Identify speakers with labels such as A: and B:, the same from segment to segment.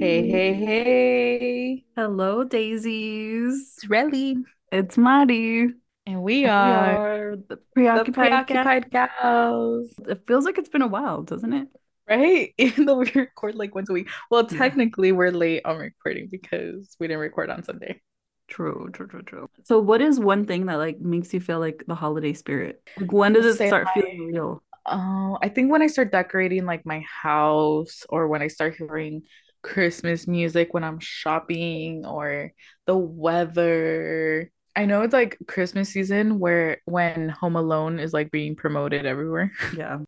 A: Mm-hmm.
B: Hello, daisies.
A: It's Relly.
B: It's Maddie.
A: And we
B: We
A: are,
B: are the
A: the
B: preoccupied,
A: preoccupied cows.
B: Cat. It feels like it's been a while, doesn't it?
A: Right? Even though we record like once a week. Well,
B: Yeah.
A: technically we're late on recording because we didn't record on Sunday.
B: True, true, true, true. So, what is one thing that like makes you feel like the holiday spirit? Like, when does it
A: Say
B: start
A: hi.
B: feeling real?
A: Oh, I think when I start decorating like my house or when I start hearing Christmas music when I'm shopping or the weather. I know it's like Christmas season where when Home Alone is like being promoted everywhere.
B: Yeah,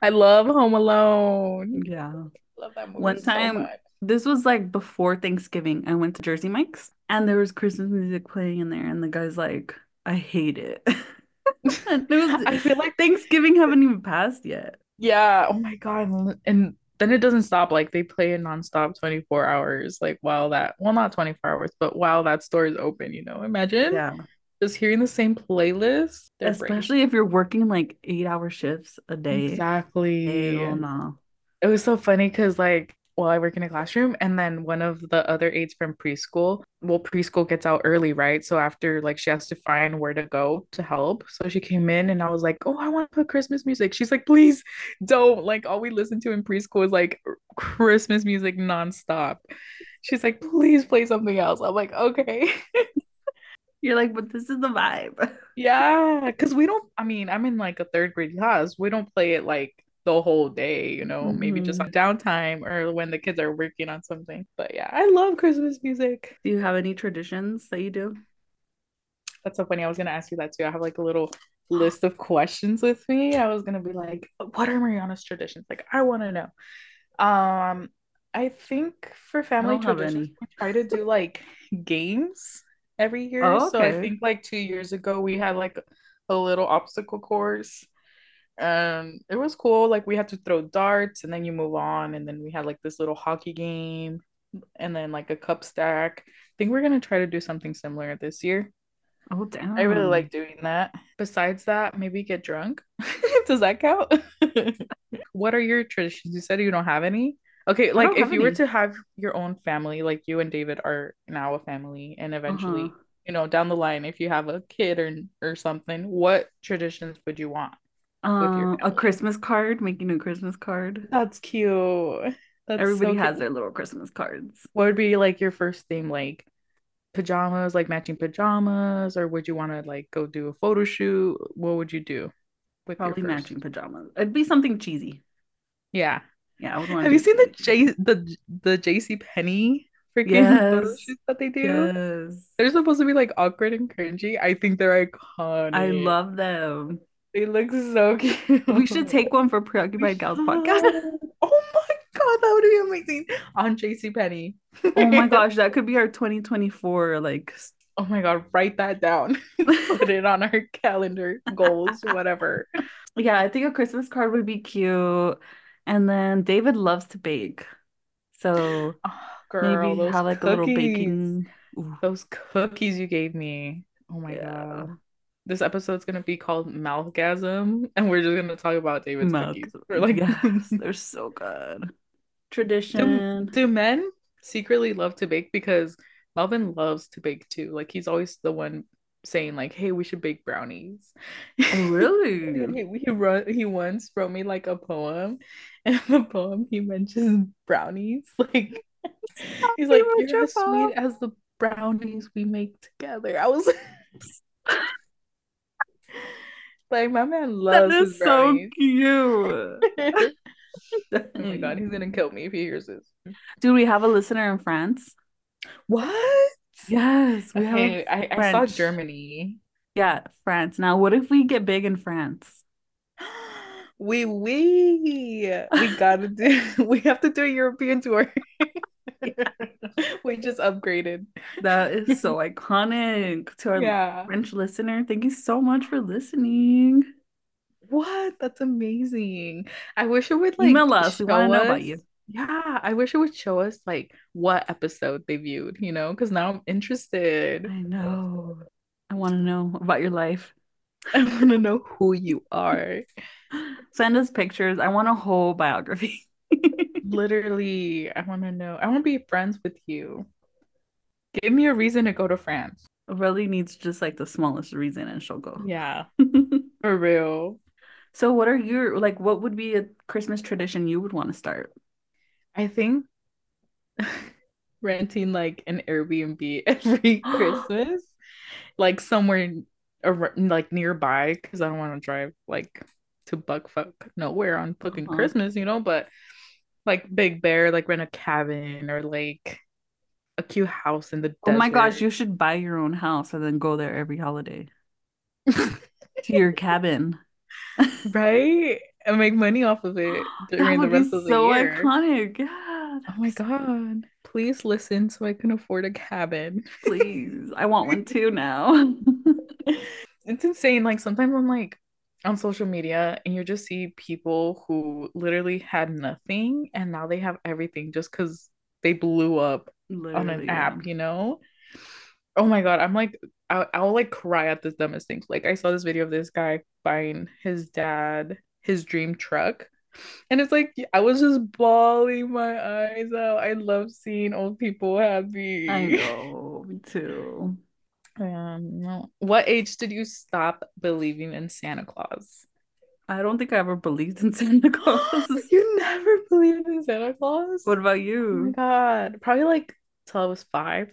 A: I love Home Alone.
B: yeah.
A: Love that movie
B: One
A: so
B: time-
A: much.
B: This was like before Thanksgiving. I went to Jersey Mike's and there was Christmas music playing in there, and the guy's like, I hate it. And it was-
A: I feel like
B: Thanksgiving haven't even passed yet.
A: yeah, oh my God. and- And then it doesn't stop. Like they play it nonstop 24 hours, like while that well, not 24 hours, but while that store is open, you know. Imagine
B: Yeah.
A: just hearing the same playlist. Their brain-
B: Especially if you're working like eight hour shifts a day.
A: Exactly. Oh
B: Hell no.
A: It was so funny because like well, I work in a classroom and then one of the other aides from preschool, well, preschool gets out early, right? So after like she has to find where to go to help. So she came in and I was like, Oh, I want to put Christmas music. She's like, please don't. Like all we listen to in preschool is like Christmas music nonstop. She's like, please play something else. I'm like, okay.
B: You're like, but this is the vibe.
A: Yeah, because we don't, I mean, I'm in like a third grade class. We don't play it like the whole day, you know, maybe just
B: Mm-hmm.
A: on downtime or when the kids are working on something. But yeah, I love Christmas music.
B: Do you have any traditions that you do?
A: That's so funny. I was gonna ask you that too. I have like a little list of questions with me. I was gonna be like, what are Mariana's traditions? Like, I want to know. Um, I think for family
B: don't have
A: traditions,
B: any.
A: we try to do like games every year.
B: Oh,
A: So I
B: okay.
A: think like two years ago, we had like a little obstacle course. Um, it was cool. Like we had to throw darts and then you move on. And then we had like this little hockey game and then like a cup stack. I think we're gonna try to do something similar this year.
B: Oh, damn.
A: I really like doing that. Um, Besides that, maybe get drunk. Does that count? what are your traditions? You said you don't have any. Okay, like
B: don't
A: if
B: have
A: you were
B: any.
A: to have your own family, like you and David are now a family, and eventually,
B: Uh-huh.
A: you know, down the line, if you have a kid or or something, what traditions would you want? your
B: Um, a
A: family.
B: Christmas card, making a Christmas card.
A: That's cute. That's
B: Everybody has
A: it.
B: their little Christmas cards.
A: What would be like your first theme, like pajamas, like matching pajamas, or would you want to like go do a photo shoot? What would you do with your
B: Probably
A: first?
B: matching pajamas. It'd be something cheesy.
A: Yeah.
B: Yeah, I would want
A: Have you seen the J the the JC Penny freaking photo
B: Yes.
A: shoots that they do?
B: Yes.
A: They're supposed to be like awkward and cringy. I think they're iconic.
B: I love them.
A: they look so cute.
B: We should take one for Preoccupied Gals podcast.
A: Oh my god, that would be amazing. On JC Penny.
B: Oh my gosh, that could be our 2024 like s-
A: Oh my god, write that down. Put it on our calendar, goals, whatever.
B: Yeah, I think a Christmas card would be cute. And then David loves to bake. So
A: Oh, girl,
B: maybe
A: those
B: have like a little
A: cookies.
B: baking. Ooh,
A: Those cookies you gave me. Oh my
B: Yeah.
A: God. This episode's gonna be called Mouthgasm, and we're just gonna talk about David's
B: mug.
A: cookies. We're like,
B: Yes, they're so good. Tradition.
A: do men secretly love to bake? Because Melvin loves to bake too. Like he's always the one saying, like, hey, we should bake brownies.
B: Oh, really?
A: He, he wrote he once wrote me like a poem, and in the poem he mentions brownies. Like he's
B: He
A: like,
B: wrote
A: You're
B: your
A: as sweet as the brownies we make together. I was like, my man
B: That
A: loves his
B: is so
A: brownies.
B: cute.
A: oh my god, he's gonna kill me if he hears this.
B: Do we have a listener in France?
A: What?
B: Yes, we have a-
A: Okay, I, I saw
B: French.
A: Germany.
B: yeah, France. Now, what if we get big in France?
A: We we we gotta do we have to do a European tour. We just upgraded.
B: That is so iconic to our
A: Yeah.
B: French listener. Thank you so much for listening.
A: What? That's amazing. I wish it would like
B: Email us. We wanna
A: show
B: know about you.
A: us- Yeah, I wish it would show us like what episode they viewed, you know, because now I'm interested.
B: I know. I want to know about your life.
A: I want to know who you are.
B: Send us pictures. I want a whole biography.
A: Literally, I want to know. I want to be friends with you. Give me a reason to go to France.
B: Relly needs just like the smallest reason and she'll go.
A: Yeah. For real.
B: So what are your like what would be a Christmas tradition you would want to start?
A: I think renting like an Airbnb every Christmas, like somewhere ar- like nearby, because I don't want to drive like to Buckfuck nowhere on fucking
B: Uh-huh.
A: Christmas, you know. But like Big Bear, like rent a cabin or like a cute house in the
B: Oh my gosh,
A: desert.
B: you should buy your own house and then go there every holiday to your cabin.
A: right and make money off of it during the
B: would be
A: rest of the
B: so
A: year.
B: iconic. Yeah.
A: Oh my god! Please listen so I can afford a cabin.
B: Please. I want one too now.
A: it's insane. Like sometimes I'm like on social media and you just see people who literally had nothing and now they have everything just because they blew up on an
B: Literally,
A: app,
B: yeah.
A: you know? Oh my god, I'm like I'll, I'll like cry at the dumbest things. Like I saw this video of this guy buying his dad his dream truck. And it's like I was just bawling my eyes out. I love seeing old people happy.
B: I know, me too.
A: Um, no. What age did you stop believing in Santa Claus?
B: I don't think I ever believed in Santa Claus.
A: you never believed in Santa Claus?
B: What about
A: Oh my
B: you?
A: god. Probably like till I was five.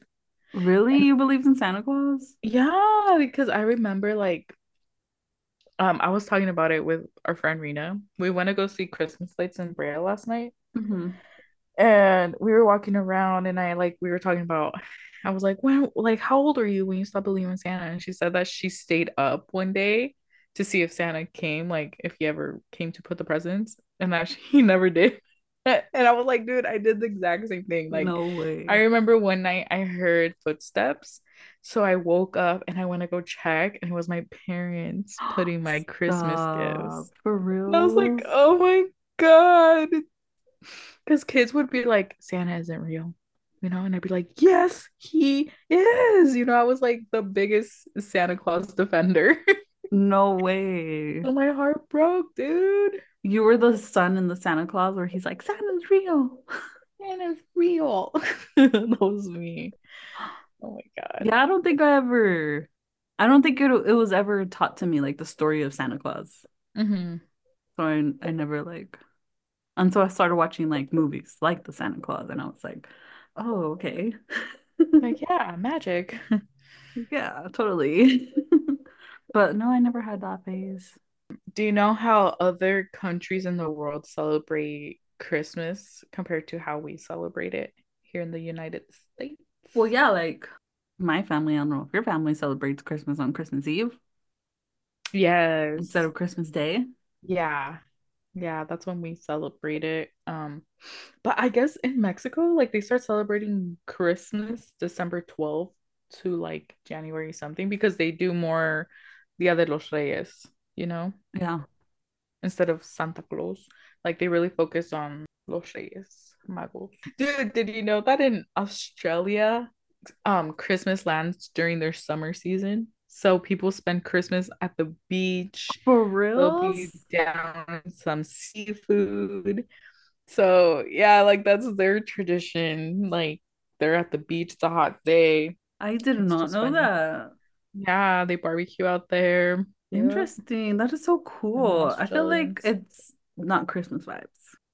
B: Really? You believed in Santa Claus?
A: Yeah, because I remember like um I was talking about it with our friend Rena. We went to go see Christmas lights in Brea last night. Mm-hmm.
B: Mhm.
A: and we were walking around and I like we were talking about I was like when like how old are you when you stopped believing in Santa and she said that she stayed up one day to see if Santa came like if he ever came to put the presents and that he never did and I was like dude I did the exact same thing like
B: No way.
A: I remember one night I heard footsteps so I woke up and I went to go check and it was my parents putting my Christmas gifts
B: Stop. For
A: and I was like,
B: reals?
A: oh my God. Because kids would be like, Santa isn't real, you know? And I'd be like, yes, he is. You know, I was like the biggest Santa Claus defender.
B: No way.
A: So my heart broke, dude.
B: You were the son in the Santa Claus where he's like, Santa's real.
A: Santa's real. that was me. Oh my God.
B: Yeah, I don't think I ever, I don't think it it was ever taught to me like the story of Santa Claus.
A: Mm-hmm.
B: So I I never like until I started watching like movies like the Santa Claus and I was like, oh, okay.
A: Like, yeah, magic.
B: Yeah, totally. But no, I never had that phase.
A: Do you know how other countries in the world celebrate Christmas compared to how we celebrate it here in the United States?
B: Well, yeah, like my family, I don't know if your family celebrates Christmas on Christmas Eve
A: Yes.
B: instead of Christmas Day.
A: yeah. Yeah, that's when we celebrate it. Um, but I guess in Mexico, like they start celebrating Christmas December 12th to like January something because they do more Dia de los Reyes, you know,
B: Yeah.
A: instead of Santa Claus. Like they really focus on Los Reyes Magos. Dude, did you know that in Australia, um, Christmas lands during their summer season? So people spend Christmas at the beach.
B: For
A: They'll
B: real?
A: be down some seafood. So yeah, like that's their tradition. Like they're at the beach, it's a hot day.
B: I did
A: It's
B: not
A: just
B: know
A: funny.
B: that.
A: Yeah, they barbecue out there. Yeah.
B: Interesting. That is so cool. I feel like
A: Australians.
B: it's not Christmas vibes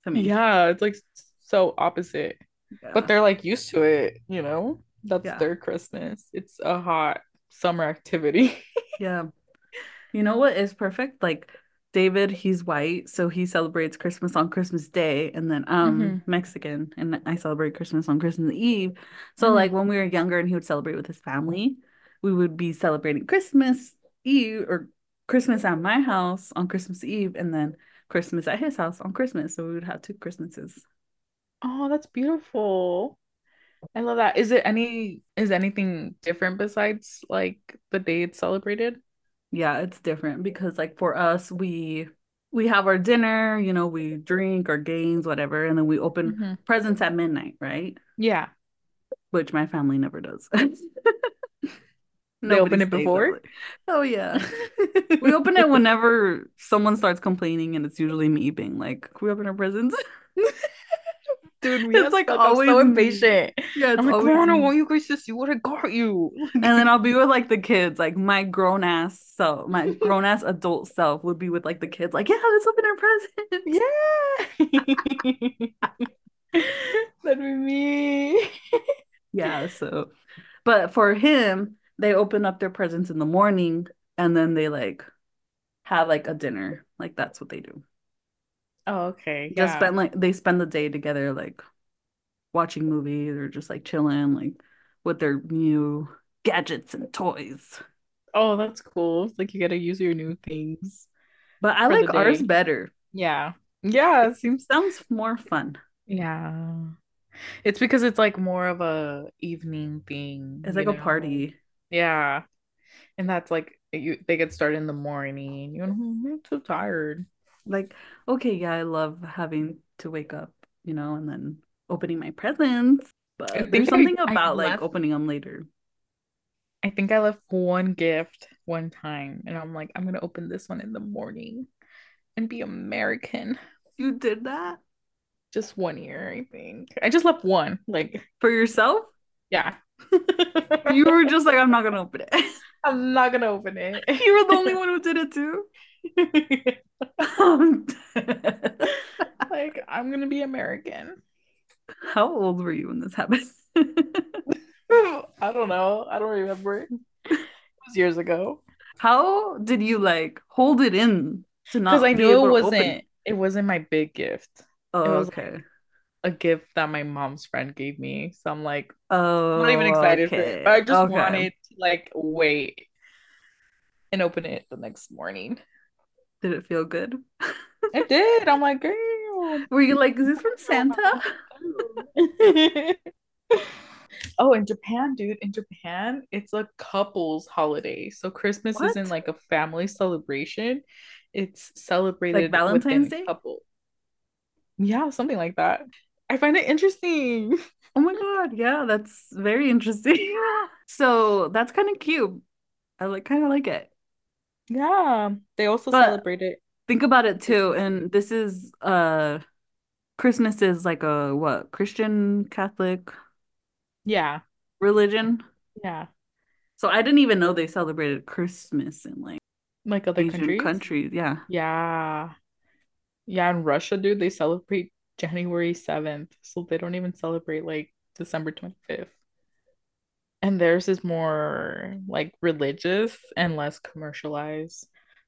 B: to me.
A: Yeah, it's like so opposite.
B: Yeah.
A: But they're like used to it, you know? That's
B: Yeah.
A: their Christmas. It's a hot summer activity.
B: Yeah. You know what is perfect? Like David, he's white, so he celebrates Christmas on Christmas Day, and then I'm
A: Mhm.
B: Mexican, and I celebrate Christmas on Christmas Eve. So
A: Mhm.
B: like when we were younger and he would celebrate with his family, we would be celebrating Christmas Eve or Christmas at my house on Christmas Eve, and then Christmas at his house on Christmas. So we would have two Christmases.
A: Oh, that's beautiful. I love that. Is it any is anything different besides like the day it's celebrated?
B: Yeah, it's different because like for us, we we have our dinner, you know, we drink our games, whatever, and then we open
A: Mhm.
B: presents at midnight, right?
A: Yeah.
B: which my family never does.
A: They open
B: Nobody
A: it
B: stays up
A: before?
B: late. Oh yeah. We open it whenever someone starts complaining and it's usually me being like, "Can we open our presents?
A: Dude,
B: It's,
A: it's
B: like,
A: like always so
B: always me.
A: impatient.
B: Yeah, it's
A: I'm like,
B: always
A: Corona,
B: me.
A: I want you guys to see what I got you.
B: And then I'll be with like the kids, like my grown ass self, my grown ass adult self would be with like the kids, like, yeah, let's open our presents.
A: yeah. That'd be me.
B: Yeah, so but for him, they open up their presents in the morning and then they like have like a dinner. Like that's what they do.
A: Oh, okay.
B: Just spend like they spend the day together like watching movies or just like chilling like with their new gadgets and toys.
A: Oh, that's cool. Like you gotta use your new things.
B: But I
A: For the
B: like ours
A: day.
B: better.
A: Yeah. Yeah, it seems
B: Sounds more fun.
A: Yeah. It's because it's like more of a evening thing,
B: It's
A: you
B: like a
A: know?
B: party.
A: Yeah. And that's like you they get started in the morning. You know, "Mm, I'm so tired.
B: Like, okay, yeah, I love having to wake up, you know, and then opening my presents. But
A: think
B: there's
A: I-
B: something
A: I
B: about like
A: left-
B: opening them later.
A: I think I left one gift one time and I'm like, I'm gonna open this one in the morning and be American.
B: You did that
A: Just one year, I think. I just left one. Like,
B: for yourself?
A: yeah.
B: You were just like, I'm not gonna open it.
A: I'm not gonna open it.
B: You were the only one who did it too. Um, I'm dead.
A: like, I'm gonna be American.
B: How old were you when this happened?
A: I don't know. I don't remember. It was years ago.
B: How did you like hold it in to not?
A: Because I
B: be
A: knew
B: able
A: it
B: to open
A: wasn't it wasn't my big gift.
B: Oh,
A: was, like,
B: okay.
A: A gift that my mom's friend gave me. So I'm like,
B: oh,
A: I'm not even excited for
B: okay.
A: it. But I just
B: Okay.
A: wanted to like wait and open it the next morning.
B: Did it feel good?
A: I did. I'm like, girl.
B: Were you like, is this from Santa?
A: oh, in Japan, dude, in Japan, it's a couples holiday. So Christmas
B: What?
A: isn't like a family celebration. It's celebrated within
B: Valentine's Day?
A: couple. Yeah, something like that. I find it interesting.
B: Oh my god, yeah, that's very interesting. So that's kind of cute. I like kind of like it.
A: Yeah. They also
B: But-
A: celebrate it.
B: Think about it too, and this is uh Christmas is like a what Christian Catholic
A: Yeah.
B: religion.
A: Yeah.
B: So I didn't even know they celebrated Christmas in like
A: Like other
B: Asian
A: countries.
B: countries. Yeah.
A: Yeah. Yeah, in Russia, dude, they celebrate January 7th. So they don't even celebrate like December 25th. And theirs is more like religious and less commercialized.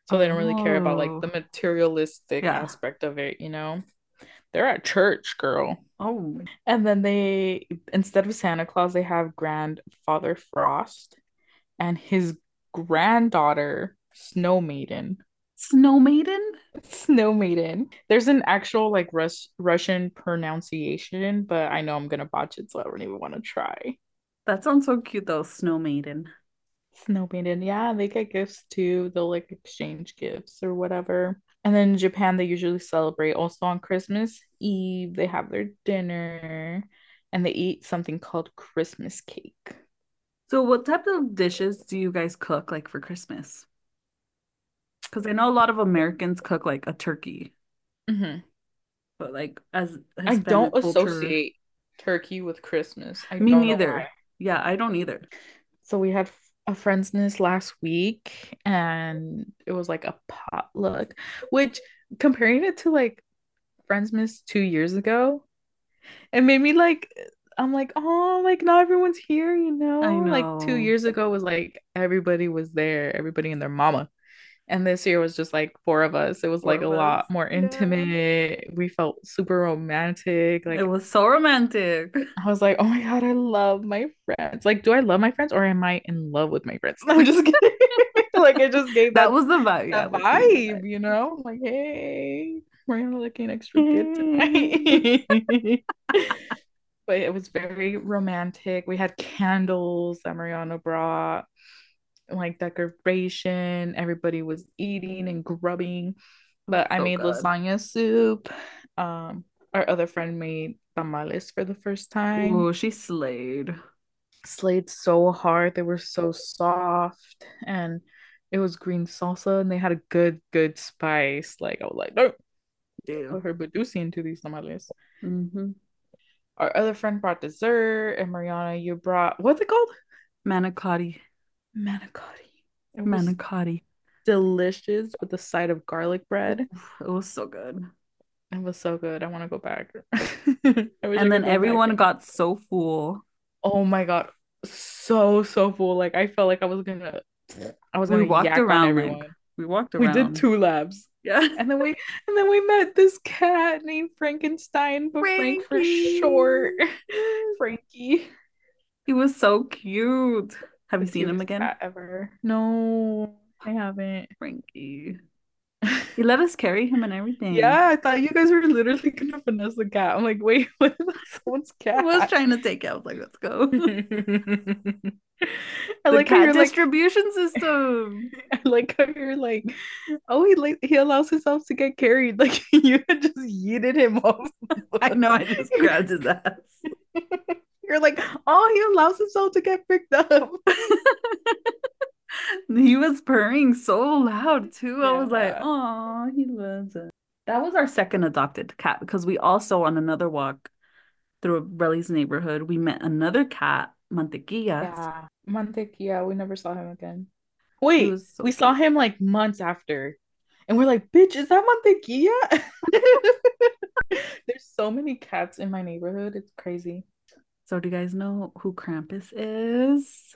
A: So they don't really care about like
B: Oh.
A: the materialistic
B: Yeah.
A: aspect of it, you know? They're at church, girl.
B: Oh,
A: And then they, instead of Santa Claus, they have Grandfather Frost and his granddaughter, Snow Maiden.
B: Snow Maiden?
A: Snow Maiden. There's an actual like Rus- Russian pronunciation, but I know I'm gonna botch it, so I don't even want to try.
B: That sounds so cute though, Snow Maiden.
A: Snow Maiden. Yeah, they get gifts too. They'll like exchange gifts or whatever. And then in Japan, they usually celebrate also on Christmas Eve. They have their dinner and they eat something called Christmas cake.
B: So what type of dishes do you guys cook like for Christmas? Because I know a lot of Americans cook like a turkey,
A: Mhm.
B: but like as
A: I don't
B: Hispanic culture-
A: associate turkey with Christmas. I
B: Me
A: don't know
B: neither.
A: why.
B: Yeah, I don't either.
A: So we had a friend's nest last week and it was like a potluck, which comparing it to like friends miss two years ago, it made me like I'm like, oh, like not everyone's here, you know?
B: I
A: Like
B: know.
A: two years ago was like everybody was there, everybody and their mama. And this year was just like four of us. It was
B: Four
A: like a
B: of us,
A: lot more
B: yeah.
A: intimate. We felt super romantic. Like
B: It was so romantic.
A: I was like, oh my god, I love my friends. Like, do I love my friends or am I in love with my friends? I'm just kidding. like, I just gave that,
B: That was the vibe. Yeah,
A: that
B: that was the
A: vibe, you know? I'm like, hey, we're gonna look an extra good
B: Mm.
A: tonight. but it was very romantic. We had candles that Mariana brought, like decoration. Everybody was eating and grubbing. But I
B: so
A: made
B: good.
A: lasagna soup. Um, our other friend made tamales for the first time
B: Oh, she slayed.
A: slayed so hard. They were so soft and it was green salsa and they had a good, good spice. Like I was like, no,
B: Damn.
A: put her Badusi into these tamales.
B: hmm
A: our other friend brought dessert, and Mariana, you brought what's it called?
B: Manicotti.
A: Manicotti. It was
B: Manicotti.
A: delicious with a side of garlic bread.
B: It was so good.
A: It was so good. I want to go back. I wish I could
B: And then
A: go back.
B: everyone got so full.
A: Oh my god, so so full. Like I felt like I was gonna, I was
B: We
A: gonna
B: walked
A: yak on
B: around, like,
A: everyone.
B: We walked
A: we
B: around.
A: did two laps,
B: Yeah.
A: and then we and then we met this cat named Frankenstein, but Frank for
B: Frankie.
A: short. Frankie.
B: He was so cute. Have you
A: The
B: seen him
A: cutest
B: again?
A: cat ever? No, I haven't.
B: Frankie. He let us carry him and everything.
A: Yeah, I thought you guys were literally gonna finesse the cat. I'm like, wait, what is that someone's
B: I
A: cat?
B: was trying to take it. I was like, let's go. the
A: I like how
B: cat
A: you're like,
B: distribution system.
A: I like how you're like, oh, he like he allows himself to get carried. Like you had just yeeted him off.
B: I know I just grabbed his ass.
A: You're like, oh, he allows himself to get picked up.
B: He was purring so loud too. I was like,
A: Yeah.
B: oh, he loves it. That was our second adopted cat because we also on another walk through Relly's neighborhood, we met another cat, Mantequilla.
A: Mantequilla. We never saw him again.
B: He
A: Wait,
B: was so
A: we saw
B: cute.
A: him like months after, and we're like, bitch, is that Mantequilla? There's so many cats in my neighborhood. It's crazy.
B: So do you guys know who Krampus is?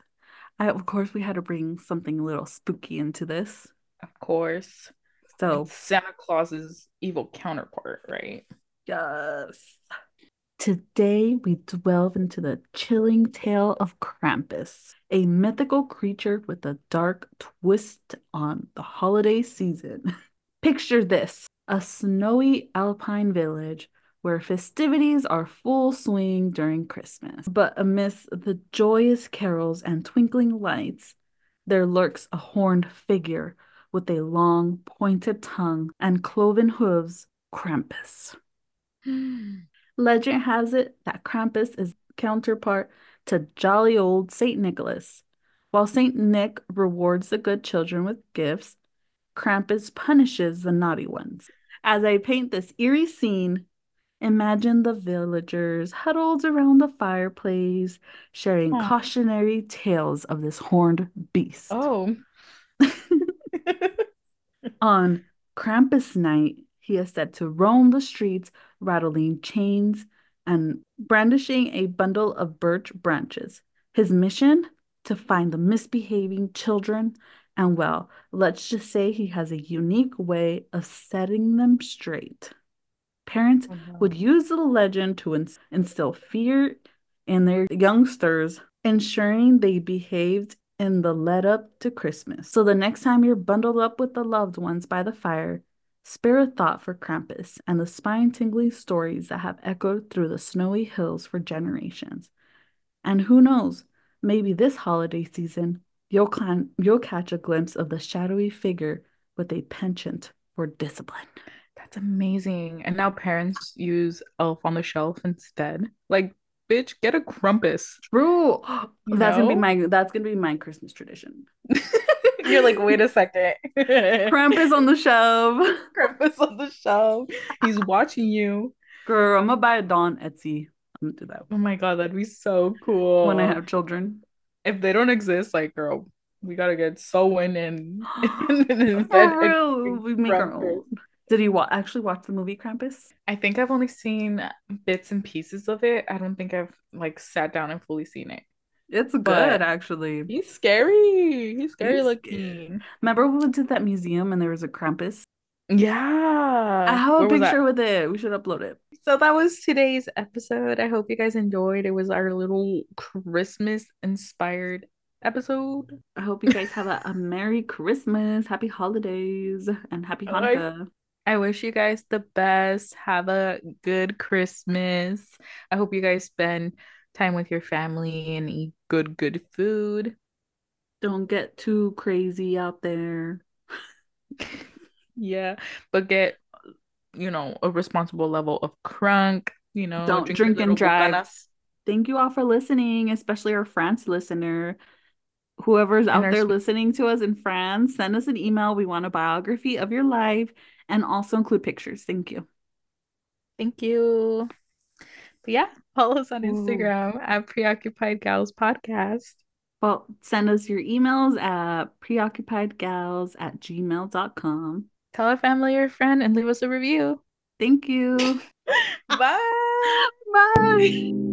B: I of course we had to bring something a little spooky into this.
A: Of course.
B: So
A: It's Santa Claus's evil counterpart, right?
B: Yes. Today we delve into the chilling tale of Krampus, a mythical creature with a dark twist on the holiday season. Picture this, a snowy alpine village where festivities are full swing during Christmas. But amidst the joyous carols and twinkling lights, there lurks a horned figure with a long, pointed tongue and cloven hooves, Krampus. Legend has it that Krampus is counterpart to jolly old Saint Nicholas. While Saint Nick rewards the good children with gifts, Krampus punishes the naughty ones. As I paint this eerie scene, imagine the villagers huddled around the fireplace, sharing
A: Aw.
B: cautionary tales of this horned beast.
A: Oh.
B: On Krampus night, he is said to roam the streets, rattling chains and brandishing a bundle of birch branches. His mission? To find the misbehaving children. And well, let's just say he has a unique way of setting them straight. Parents would use the legend to ins- instill fear in their youngsters, ensuring they behaved in the lead up to Christmas. So the next time you're bundled up with the loved ones by the fire, spare a thought for Krampus and the spine tingling stories that have echoed through the snowy hills for generations. And who knows, maybe this holiday season, you'll, clan- you'll catch a glimpse of the shadowy figure with a penchant for discipline.
A: That's amazing. And now parents use Elf on the Shelf instead. Like, bitch, get a Krampus.
B: True.
A: You
B: That's gonna be
A: know?
B: my that's gonna be my Christmas tradition.
A: You're like, wait a second.
B: Krampus on the shelf.
A: Krampus on the shelf. He's watching you.
B: Girl, I'm gonna buy a Dawn Etsy. I'm gonna do that
A: Oh my god, that'd be so cool.
B: when I have children.
A: if they don't exist, like, girl, we gotta get sewing and, and
B: For
A: invent a
B: real, we make our
A: Krampus.
B: own. Did you wa- actually watch the movie Krampus?
A: I think I've only seen bits and pieces of it. I don't think I've like sat down and fully seen it.
B: It's good,
A: But-
B: actually.
A: He's scary. He's scary
B: He's
A: looking.
B: Remember we went to that museum and there was a Krampus?
A: Yeah.
B: I have a
A: Where was that?
B: picture with it. We should upload it.
A: So that was today's episode. I hope you guys enjoyed. It was our little Christmas inspired episode.
B: I hope you guys have a, a Merry Christmas, Happy Holidays, and Happy
A: All right.
B: Hanukkah.
A: I wish you guys the best. Have a good Christmas. I hope you guys spend time with your family and eat good, good food.
B: Don't get too crazy out there.
A: Yeah, but get, you know, a responsible level of crunk, you know,
B: Don't
A: your
B: drink and
A: little
B: drive.
A: bucanas
B: Thank you all for listening, especially our France listener. Whoever's out
A: our
B: there
A: sp-
B: listening to us in France, send us an email. We want a biography of your life and also include pictures. Thank you.
A: Thank you. But yeah, follow us on
B: Ooh.
A: Instagram at Preoccupied Gals Podcast.
B: Well, send us your emails at preoccupiedgals at gmail.com.
A: Tell a family or friend and leave us a review.
B: Thank you.
A: Bye.
B: Bye.